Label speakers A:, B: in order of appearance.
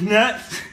A: Nuts.